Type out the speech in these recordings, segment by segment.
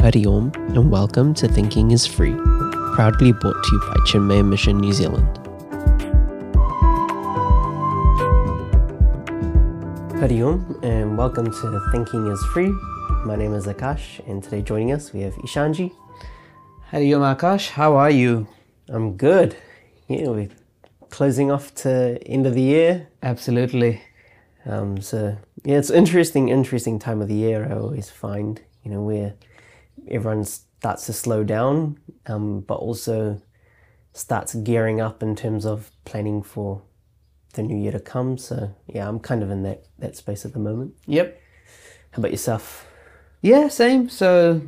Hari Om and welcome to Thinking is Free, proudly brought to you by Chinmay Mission New Zealand. Hari Om and welcome to Thinking is Free. My name is Akash and today joining us we have Ishanji. Hello, Akash. How are you? I'm good. Yeah, we're closing off to end of the year. Absolutely. Um, so yeah, it's interesting, interesting time of the year. I always find you know where everyone starts to slow down, um, but also starts gearing up in terms of planning for the new year to come. So yeah, I'm kind of in that that space at the moment. Yep. How about yourself? Yeah, same. So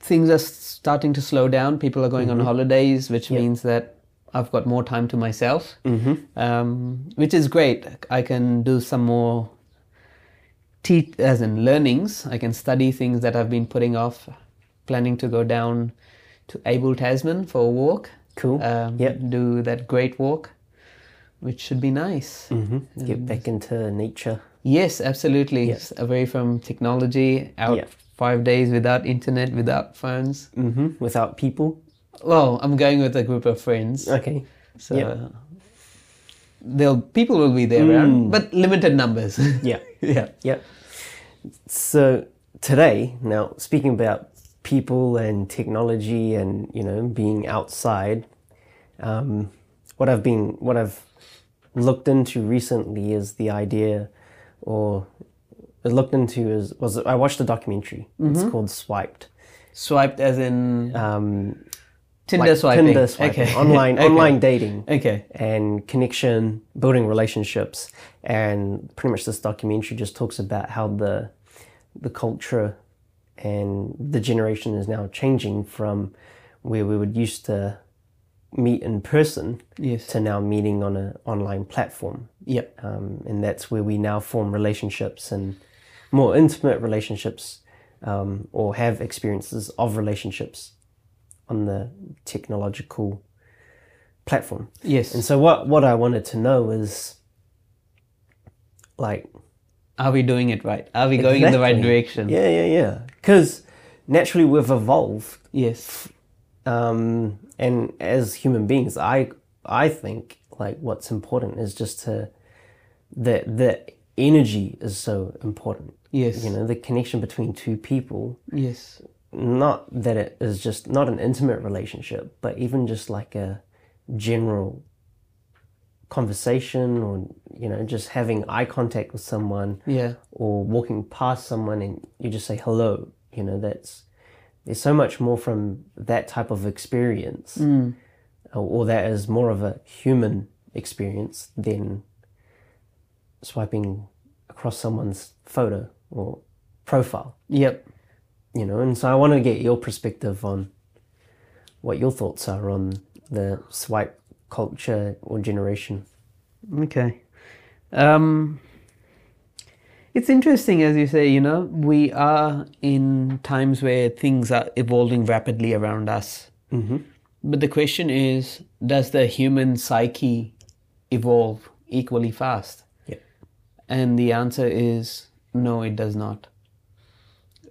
things are starting to slow down. People are Mm-hmm. going on holidays, which means that I've got more time to myself, Mm-hmm. um, which is great. I can do some more teach as in learnings. I can study things that I've been putting off. Planning to go down to Abel Tasman for a walk. Cool. Um, Yep. Do that great walk, which should be nice. Get back into nature. Yes, absolutely. S- Away from technology, out Yeah. five days without internet, without phones. Mm-hmm. Without people. Well, I'm going with a group of friends, Okay. so they'll people will be there, around, but limited numbers. Mm. Yeah. yeah. Yep. So today, now speaking about people and technology and you know being outside, um, what I've been what I've looked into recently is the idea, or I looked into is was I watched a documentary. Mm-hmm. It's called Swiped. Swiped as in Um, Tinder like swiping. Tinder swiping. Okay. Online Okay. online dating Okay. and connection, building relationships, and pretty much this documentary just talks about how the the culture and the generation is now changing from where we would used to meet in person Yes. to now meeting on an online platform, Yep. um, and that's where we now form relationships and more intimate relationships um, or have experiences of relationships on the technological platform. Yes. And so what what I wanted to know is like Are we doing it right? Are we going in the right Exactly. direction? yeah yeah yeah because naturally we've evolved Yes. um, and as human beings I I think like what's important is just to the the energy is so important Yes. you know the connection between two people Yes. not that it is just not an intimate relationship, but even just like a general conversation or you know just having eye contact with someone Yeah. or walking past someone and you just say hello you know that's there's so much more from that type of experience or, or that is more of a human experience than swiping across someone's photo or profile Yep. you know and so i want to get your perspective on what your thoughts are on the swipe culture or generation Okay. Um, it's interesting, as you say, you know, we are in times where things are evolving rapidly around us. Mm-hmm. But the question is does the human psyche evolve equally fast? Yep. And the answer is no, it does not.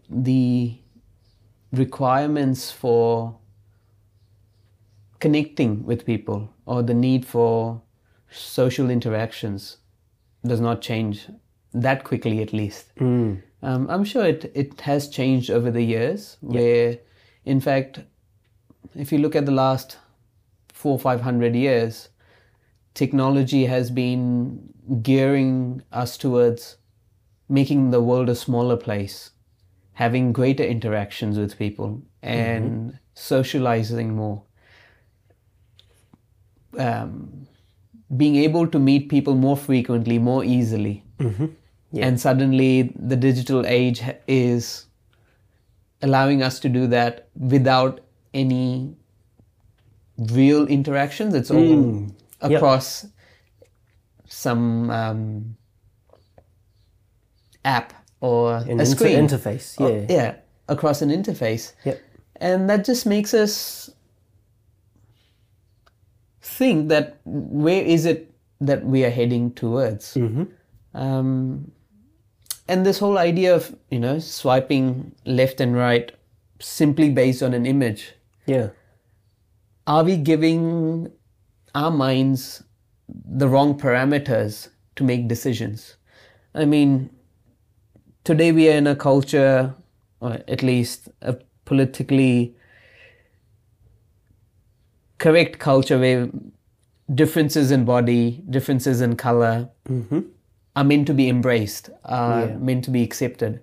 The requirements for connecting with people or the need for social interactions does not change that quickly at least um, i'm sure it, it has changed over the years where in fact if you look at the last four five hundred years technology has been gearing us towards making the world a smaller place having greater interactions with people and socializing more um, being able to meet people more frequently, more easily. Mm-hmm. And suddenly the digital age ha- is allowing us to do that without any real interactions. It's all Mm. across some um, app or an a inter- screen. interface Oh, yeah yeah, across an interface. Yep. And that just makes us think that where is it that we are heading towards? Mm-hmm. Um, and this whole idea of, you know, swiping left and right simply based on an image. Yeah. Are we giving our minds the wrong parameters to make decisions? I mean, today we are in a culture, or at least a politically correct culture where differences in body, differences in color are meant to be embraced, are meant to be accepted.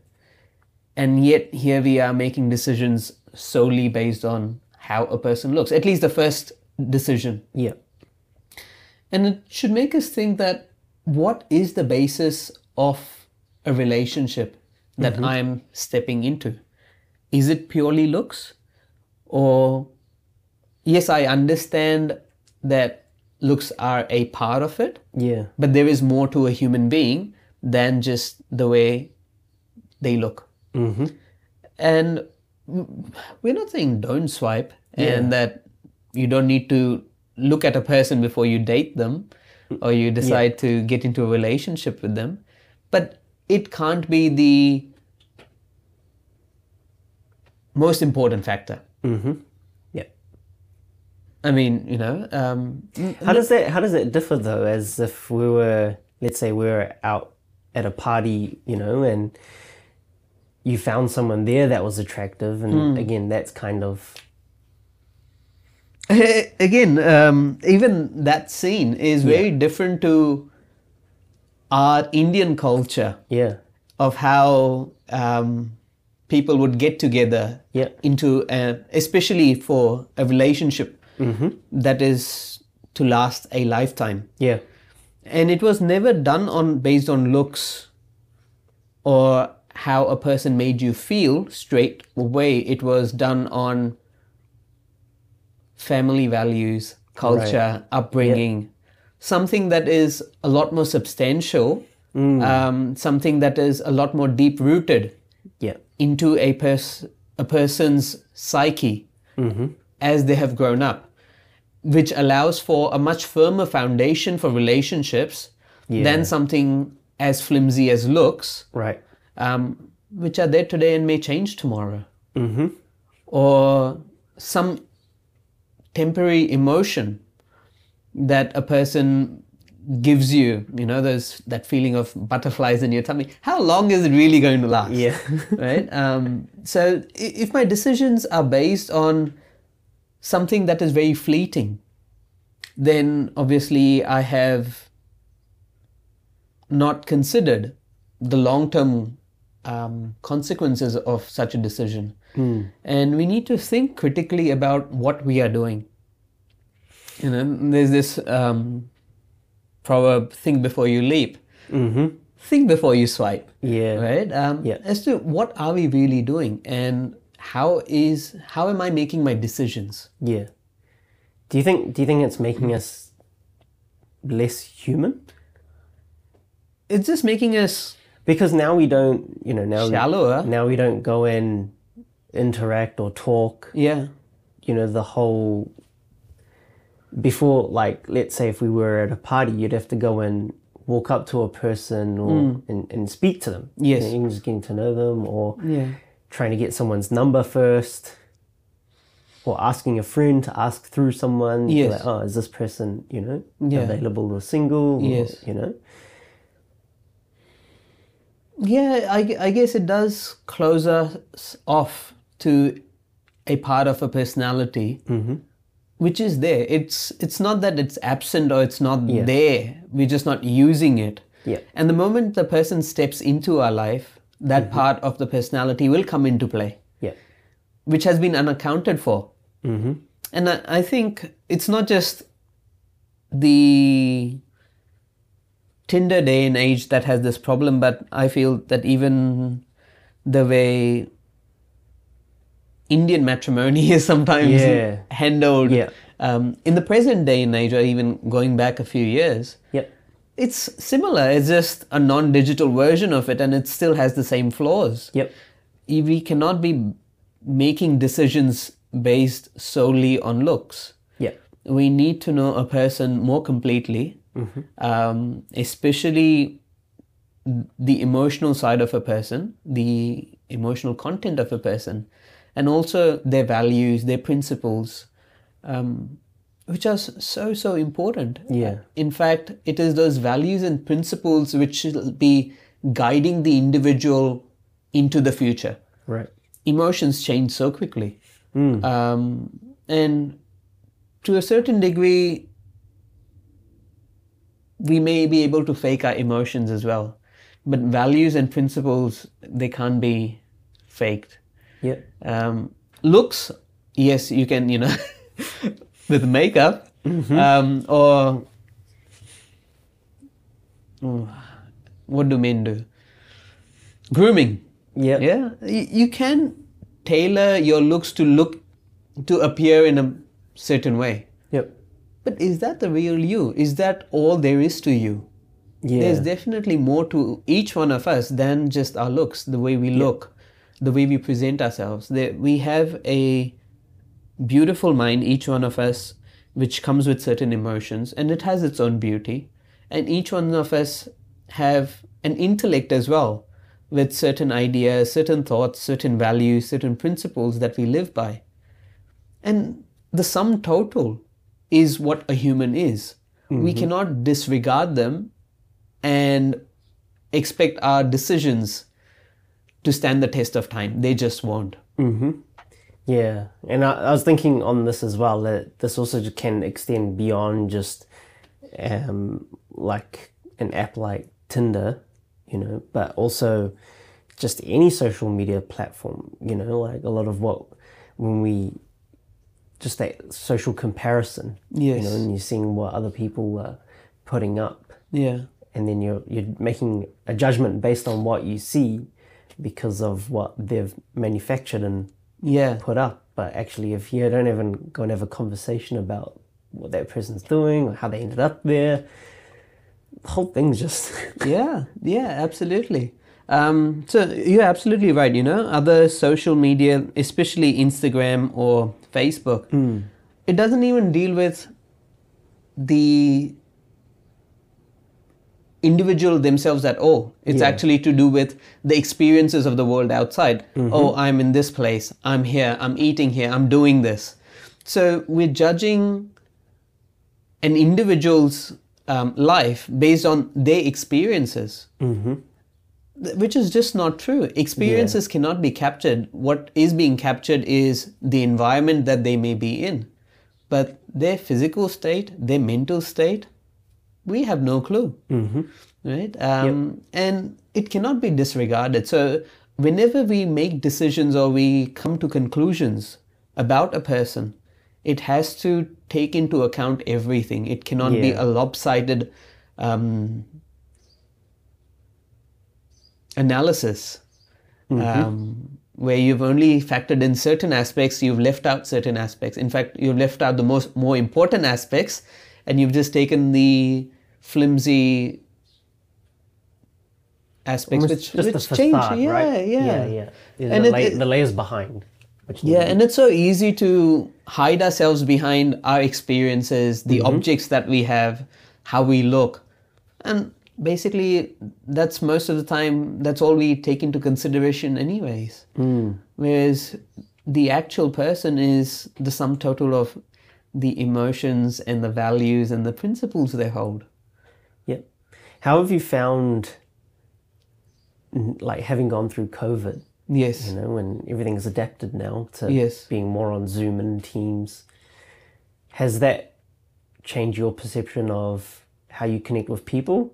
And yet here we are making decisions solely based on how a person looks, at least the first decision. Yeah. And it should make us think that what is the basis of a relationship that I'm stepping into? Is it purely looks? Or, yes, I understand that looks are a part of it, Yeah. but there is more to a human being than just the way they look. And mm, we're not saying don't swipe and that you don't need to look at a person before you date them or you decide to get into a relationship with them. But it can't be the most important factor. Yeah. I mean, you know, um, How does that how does it differ though as if we were let's say we were out at a party, you know, and you found someone there that was attractive and Hmm. again that's kind of again um, even that scene is very different to our indian culture yeah. of how um, people would get together Yeah. into a, especially for a relationship that is to last a lifetime Yeah. and it was never done on based on looks or how a person made you feel straight away it was done on family values culture upbringing something that is a lot more substantial um, something that is a lot more deep rooted Yeah. into a pers- a person's psyche as they have grown up, which allows for a much firmer foundation for relationships than something as flimsy as looks, Right. um, which are there today and may change tomorrow, mm-hmm. or some temporary emotion that a person gives you you know those that feeling of butterflies in your tummy how long is it really going to last Yeah. right? Um, so i- if my decisions are based on something that is very fleeting, then obviously I have not considered the long term um, consequences of such a decision. And we need to think critically about what we are doing. You know, there's this um, proverb think before you leap, Mm-hmm. Mhm. think before you swipe Yeah. right um, Yeah. as to what are we really doing and how is how am i making my decisions Yeah. Do you think do you think it's making us less human? it's just making us Because now we don't, you know, now shallower now we don't go and interact or talk yeah you know the whole before like let's say if we were at a party you'd have to go and walk up to a person or and, and speak to them Yes. you know, you're just getting to know them or yeah trying to get someone's number first or asking a friend to ask through someone Yes. like oh is this person you know Yeah. available or single or, Yes. you know yeah I, gu- I guess it does close us off to a part of a personality which is there it's it's not that it's absent or it's not there we're just not using it Yeah. and the moment the person steps into our life that part of the personality will come into play yeah which has been unaccounted for. Mm-hmm. And I, I think it's not just the Tinder day and age that has this problem, but I feel that even the way Indian matrimony is sometimes Yeah. handled Yeah. um, in the present day and age, or even going back a few years, yep it's similar. It's just a non digital version of it, and it still has the same flaws yep we E cannot be making decisions based solely on looks. yep We need to know a person more completely, um, especially the emotional side of a person, the emotional content of a person, and also their values, their principles, um, which are so so important. Yeah. In fact, it is those values and principles which will be guiding the individual into the future. Right. Emotions change so quickly, um, and to a certain degree, we may be able to fake our emotions as well, but values and principles they can't be faked Yeah. um, looks yes you can you know with makeup um, or Oh, what do men do grooming Yeah. yeah you, you can tailor your looks to look to appear in a certain way Yep. but is that the real you is that all there is to you Yeah. there's definitely more to each one of us than just our looks, the way we look, the way we present ourselves. There, we have a beautiful mind, each one of us, which comes with certain emotions and it has its own beauty. And each one of us have an intellect as well with certain ideas, certain thoughts, certain values, certain principles that we live by. And the sum total is what a human is. We cannot disregard them and expect our decisions to stand the test of time. They just won't. Yeah, and I, I was thinking on this as well that this also ju- can extend beyond just um, like an app like Tinder, you know, but also just any social media platform, you know, like a lot of what when we just that social comparison, you Yes. know, and you're seeing what other people are putting up, Yeah. and then you're you're making a judgment based on what you see because of what they've manufactured and Yeah. put up, but actually, if you don't even go and have a conversation about what that person's doing or how they ended up there, the whole thing's just Yeah. Yeah, absolutely. Um, so you're absolutely right. You know, other social media, especially Instagram or Facebook, it doesn't even deal with the individual themselves at all. It's Yeah. actually to do with the experiences of the world outside. Oh, I'm in this place, I'm here, I'm eating here, I'm doing this. So we're judging an individual's um, life based on their experiences. Th- Which is just not true. Experiences cannot be captured. What is being captured is the environment that they may be in. But their physical state, their mental state, we have no clue right um, and it cannot be disregarded so whenever we make decisions or we come to conclusions about a person it has to take into account everything it cannot be Yeah. a lopsided um, analysis Mm-hmm. um, where you've only factored in certain aspects, you've left out certain aspects. In fact, you've left out the most more important aspects, and you've just taken the flimsy aspects, almost which just which the change. facade, yeah, right? yeah, yeah, yeah. The, And it- la- it- the layers behind. Which Yeah, and it's so easy to hide ourselves behind our experiences, the objects that we have, how we look. And basically, that's most of the time, that's all we take into consideration, anyways. Whereas the actual person is the sum total of the emotions and the values and the principles they hold. Yep. How have you found, n- like, having gone through COVID? Yes. You know, and everything's adapted now to Yes. being more on Zoom and Teams. Has that changed your perception of how you connect with people?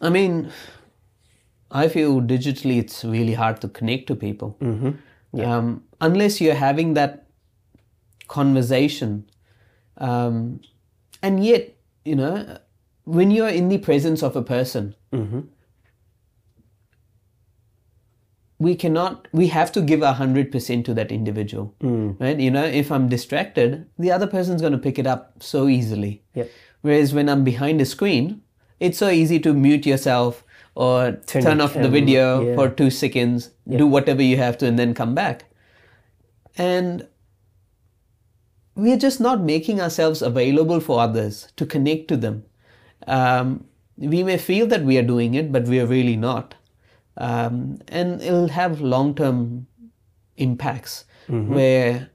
I mean, I feel digitally it's really hard to connect to people. Mm-hmm. Um, unless you're having that conversation. Um, and yet, you know, when you're in the presence of a person, Mm-hmm. we cannot, we have to give 100% to that individual. Mm. Right? You know, if I'm distracted, the other person's going to pick it up so easily. Yep. Whereas when I'm behind a screen, it's so easy to mute yourself or turn, Turn the off the camera, video yeah. for two seconds, do whatever you have to, and then come back. And we're just not making ourselves available for others to connect to them. Um, we may feel that we are doing it, but we are really not. Um, and it'll have long term impacts where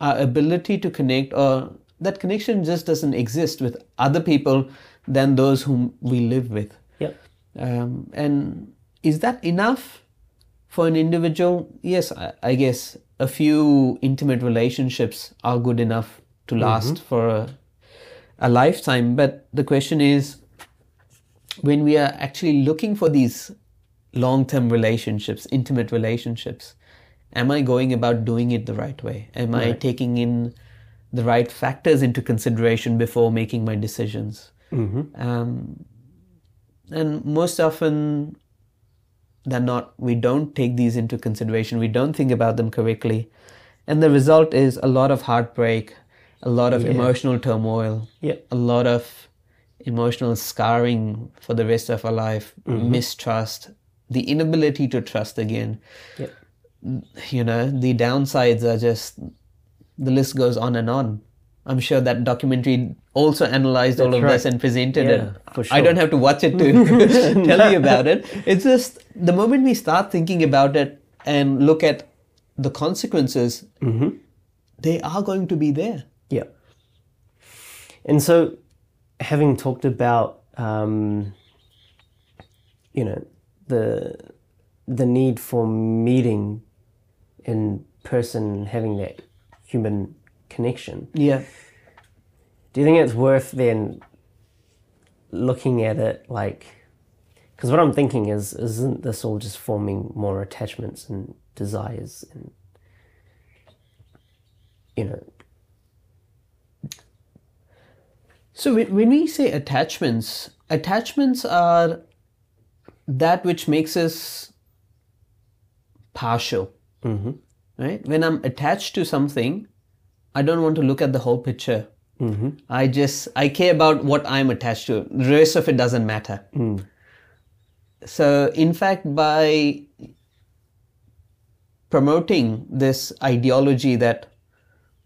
our ability to connect or that connection just doesn't exist with other people than those whom we live with. Yep. Um, and is that enough for an individual? Yes, I, I guess a few intimate relationships are good enough to last for a, a lifetime. But the question is when we are actually looking for these long term relationships, intimate relationships, am I going about doing it the right way? Am I taking in the right factors into consideration before making my decisions? Um, and most often than not, we don't take these into consideration. We don't think about them correctly. And the result is a lot of heartbreak, a lot of emotional turmoil, Yep. a lot of emotional scarring for the rest of our life, Mm-hmm. mistrust, the inability to trust again. Yep. You know, the downsides are just the list goes on and on. I'm sure that documentary also analyzed all That's of right. this and presented Yeah, it. for I sure. don't have to watch it to tell you about it. It's just the moment we start thinking about it and look at the consequences, Mm-hmm. they are going to be there. Yeah. And so, having talked about, um, you know, the the need for meeting in person, having that human connection, Yeah. do you think it's worth then looking at it like? Because what I'm thinking is, isn't this all just forming more attachments and desires and you know, So when when we say attachments, attachments are that which makes us partial, right? When I'm attached to something, I don't want to look at the whole picture. I just I care about what I'm attached to. The rest of it doesn't matter. So in fact, by promoting this ideology that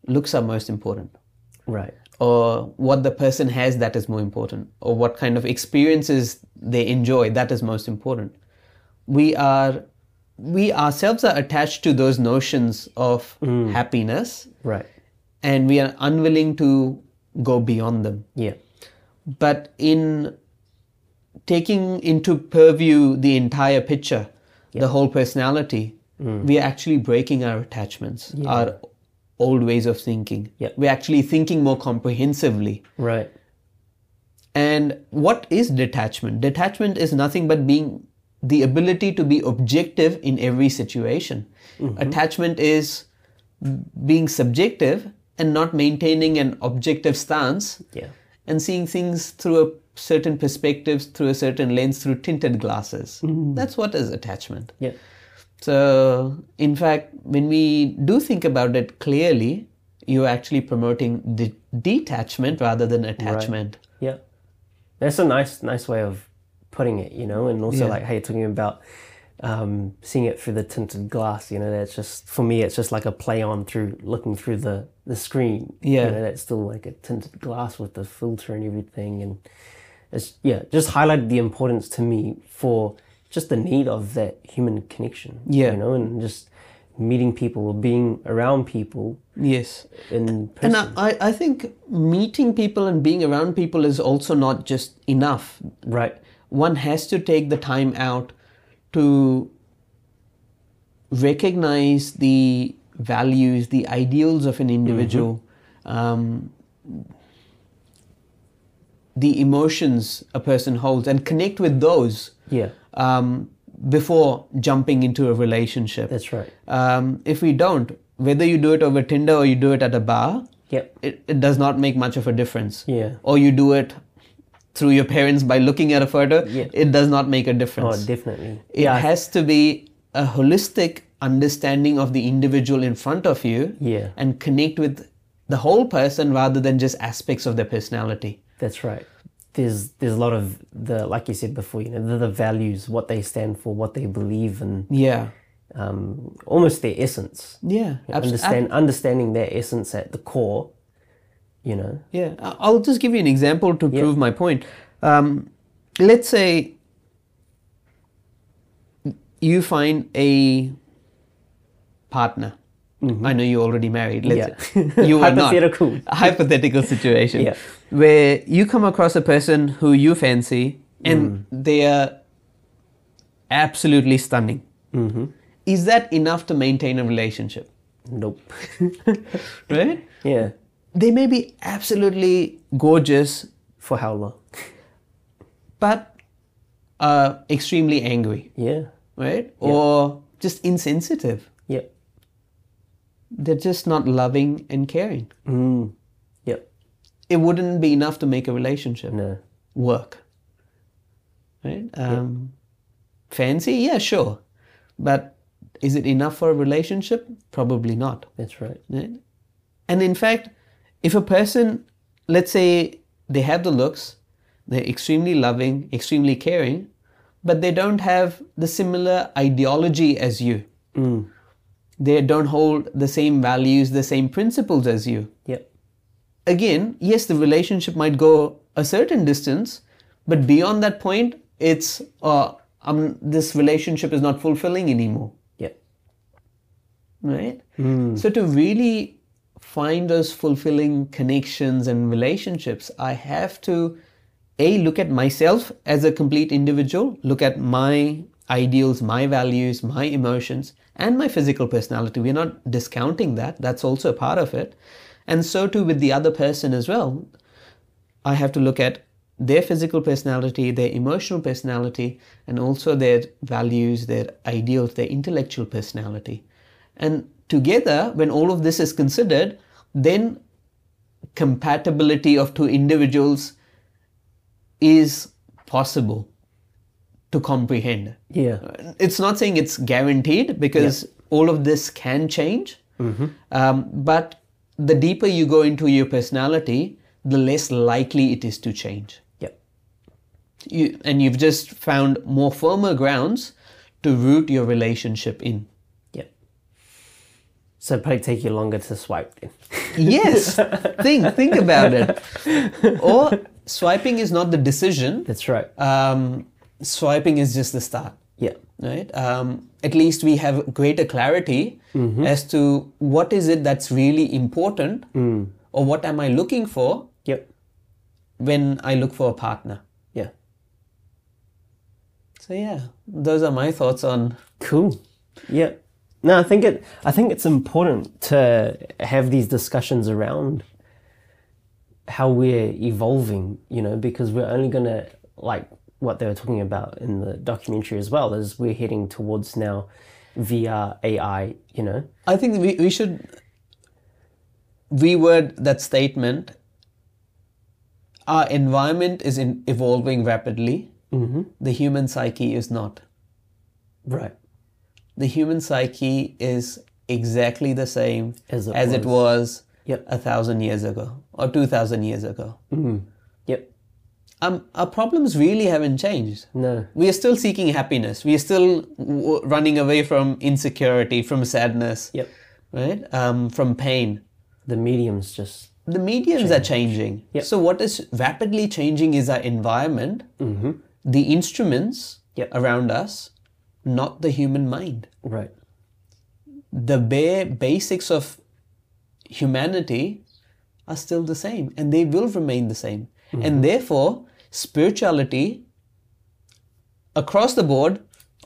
looks are most important right? or what the person has that is more important, or what kind of experiences they enjoy that is most important. We are, we ourselves are attached to those notions of happiness, Right. and we are unwilling to go beyond them. Yeah. But in taking into purview the entire picture, the whole personality, we are actually breaking our attachments, our old ways of thinking. Yep. We're actually thinking more comprehensively. Right. And what is detachment? Detachment is nothing but being the ability to be objective in every situation. Attachment is being subjective and not maintaining an objective stance Yeah. and seeing things through a certain perspectives, through a certain lens, through tinted glasses. That's what is attachment. Yeah. So, in fact, when we do think about it clearly, you're actually promoting de- detachment rather than attachment. Yeah. That's a nice, nice way of putting it, you know, and also Yeah. like how you're talking about um, seeing it through the tinted glass, you know, that's just, for me, it's just like a play on through looking through the, the screen. Yeah. You know, that's still like a tinted glass with the filter and everything. And it's, yeah, just highlighted the importance to me for just the need of that human connection. Yeah. You know, and just meeting people or being around people Yes. in person. And I, I I think meeting people and being around people is also not just enough. right. One has to take the time out to recognize the values, the ideals of an individual, um, the emotions a person holds, and connect with those Yeah. um, before jumping into a relationship. That's right. Um, if we don't, whether you do it over Tinder or you do it at a bar, Yep. it, it does not make much of a difference. Yeah. Or you do it through your parents by looking at a photo, Yeah. it does not make a Oh, difference. definitely. it has to be a holistic understanding of the individual in front of you Yeah. and connect with the whole person rather than just aspects of their personality. That's right. There's there's a lot of the like you said before, you know, the, the values, what they stand for, what they believe, and Yeah. um, almost their essence. Yeah. abs- Understand understanding their essence at the core. You know. Yeah, I- I'll just give you an example to prove my point. Um, let's say you find a partner I know you're already married. Let's, Mm-hmm. Yeah. you are not. Hypothetical. A hypothetical situation Yeah. where you come across a person who you fancy and Mm. they are absolutely stunning. Mm-hmm. Is that enough to maintain a relationship? Nope. Right? yeah. They may be absolutely gorgeous, For how long? but are extremely angry, Yeah. right? Or just insensitive. Yep. They're just not loving and caring. Mm. Yep. It wouldn't be enough to make a relationship. No. work. Right? Um, Fancy? Yeah, sure. But is it enough for a relationship? Probably not. That's right. Right? And in fact, if a person, let's say they have the looks, they're extremely loving, extremely caring, but they don't have the similar ideology as you. They don't hold the same values, the same principles as you Yep. again, yes, the relationship might go a certain distance, but beyond that point, it's uh, um, this relationship is not fulfilling anymore, Yep. right? So to really find those fulfilling connections and relationships, I have to a look at myself as a complete individual, look at my ideals, my values, my emotions, and my physical personality. We're not discounting that. That's also a part of it. And so too with the other person as well. I have to look at their physical personality, their emotional personality, and also their values, their ideals, their intellectual personality. And together, when all of this is considered, then compatibility of two individuals is possible to comprehend. Yeah. It's not saying it's guaranteed because all of this can change. Um, but the deeper you go into your personality, the less likely it is to change. Yep. You, and you've just found more firmer grounds to root your relationship in. Yep. So it'd probably take you longer to swipe then. Yes, think think about it. Or swiping is not the decision. That's right. Um, swiping is just the start. Yeah. right um, at least we have greater clarity as to what is it that's really important or what am i looking for Yep. when i look for a partner Yeah. so yeah those are my thoughts on Cool. Yeah. No, I think it. I think it's important to have these discussions around how we're evolving. You know, because we're only gonna like what they were talking about in the documentary as well is we're heading towards now VR AI. You know. i think we, we should reword that statement our environment is in, evolving rapidly the human psyche is not Right. the human psyche is exactly the same As it was Yep. a thousand years ago or two thousand years ago. Yep. Um, our problems really haven't changed. No. We are still seeking happiness. We are still w- running away from insecurity, from sadness, Yep. right? Um, from pain. The medium's just The mediums are changing. So what is rapidly changing is our environment, the instruments Mm-hmm. Yep. around us, not the human mind. right. the bare basics of humanity are still the same and they will remain the same. And therefore, spirituality across the board,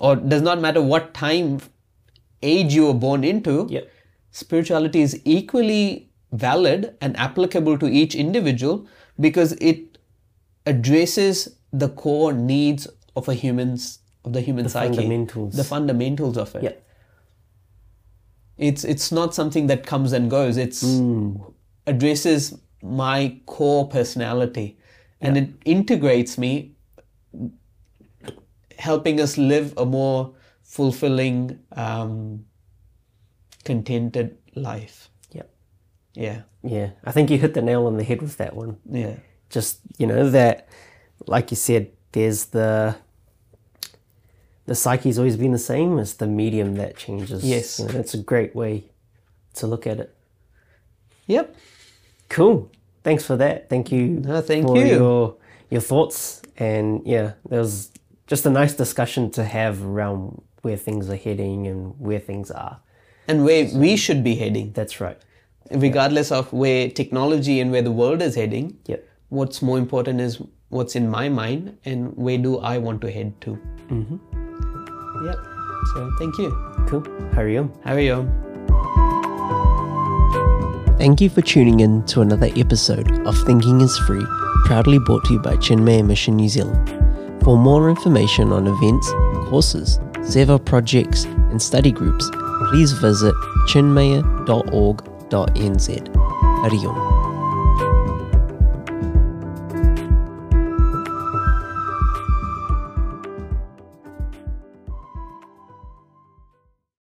or does not matter what time age you were born into, Yep. spirituality is equally valid and applicable to each individual because it addresses the core needs of a human's of the human psyche fundamentals. the fundamentals of it Yep. it's it's not something that comes and goes it's addresses my core personality and it integrates me helping us live a more fulfilling um, contented life Yep. yeah Yeah. I think you hit the nail on the head with that one. yeah just you know that like you said there's the the psyche's always been the same it's the medium that changes Yes. You know, that's a great way to look at it yep cool thanks for that thank you No, thank for you. your your thoughts and yeah there was just a nice discussion to have around where things are heading and where things are and where we should be heading, That's right. regardless of where technology and where the world is heading. Yep. What's more important is what's in my mind and where do I want to head to. Mm-hmm. Yep. So thank you. Cool. Hurry on. Harry Om. Thank you for tuning in to another episode of Thinking is Free, proudly brought to you by Chinmaya Mission New Zealand. For more information on events, courses, Zeva projects, and study groups, please visit chinmaya.org.nz. Hariom.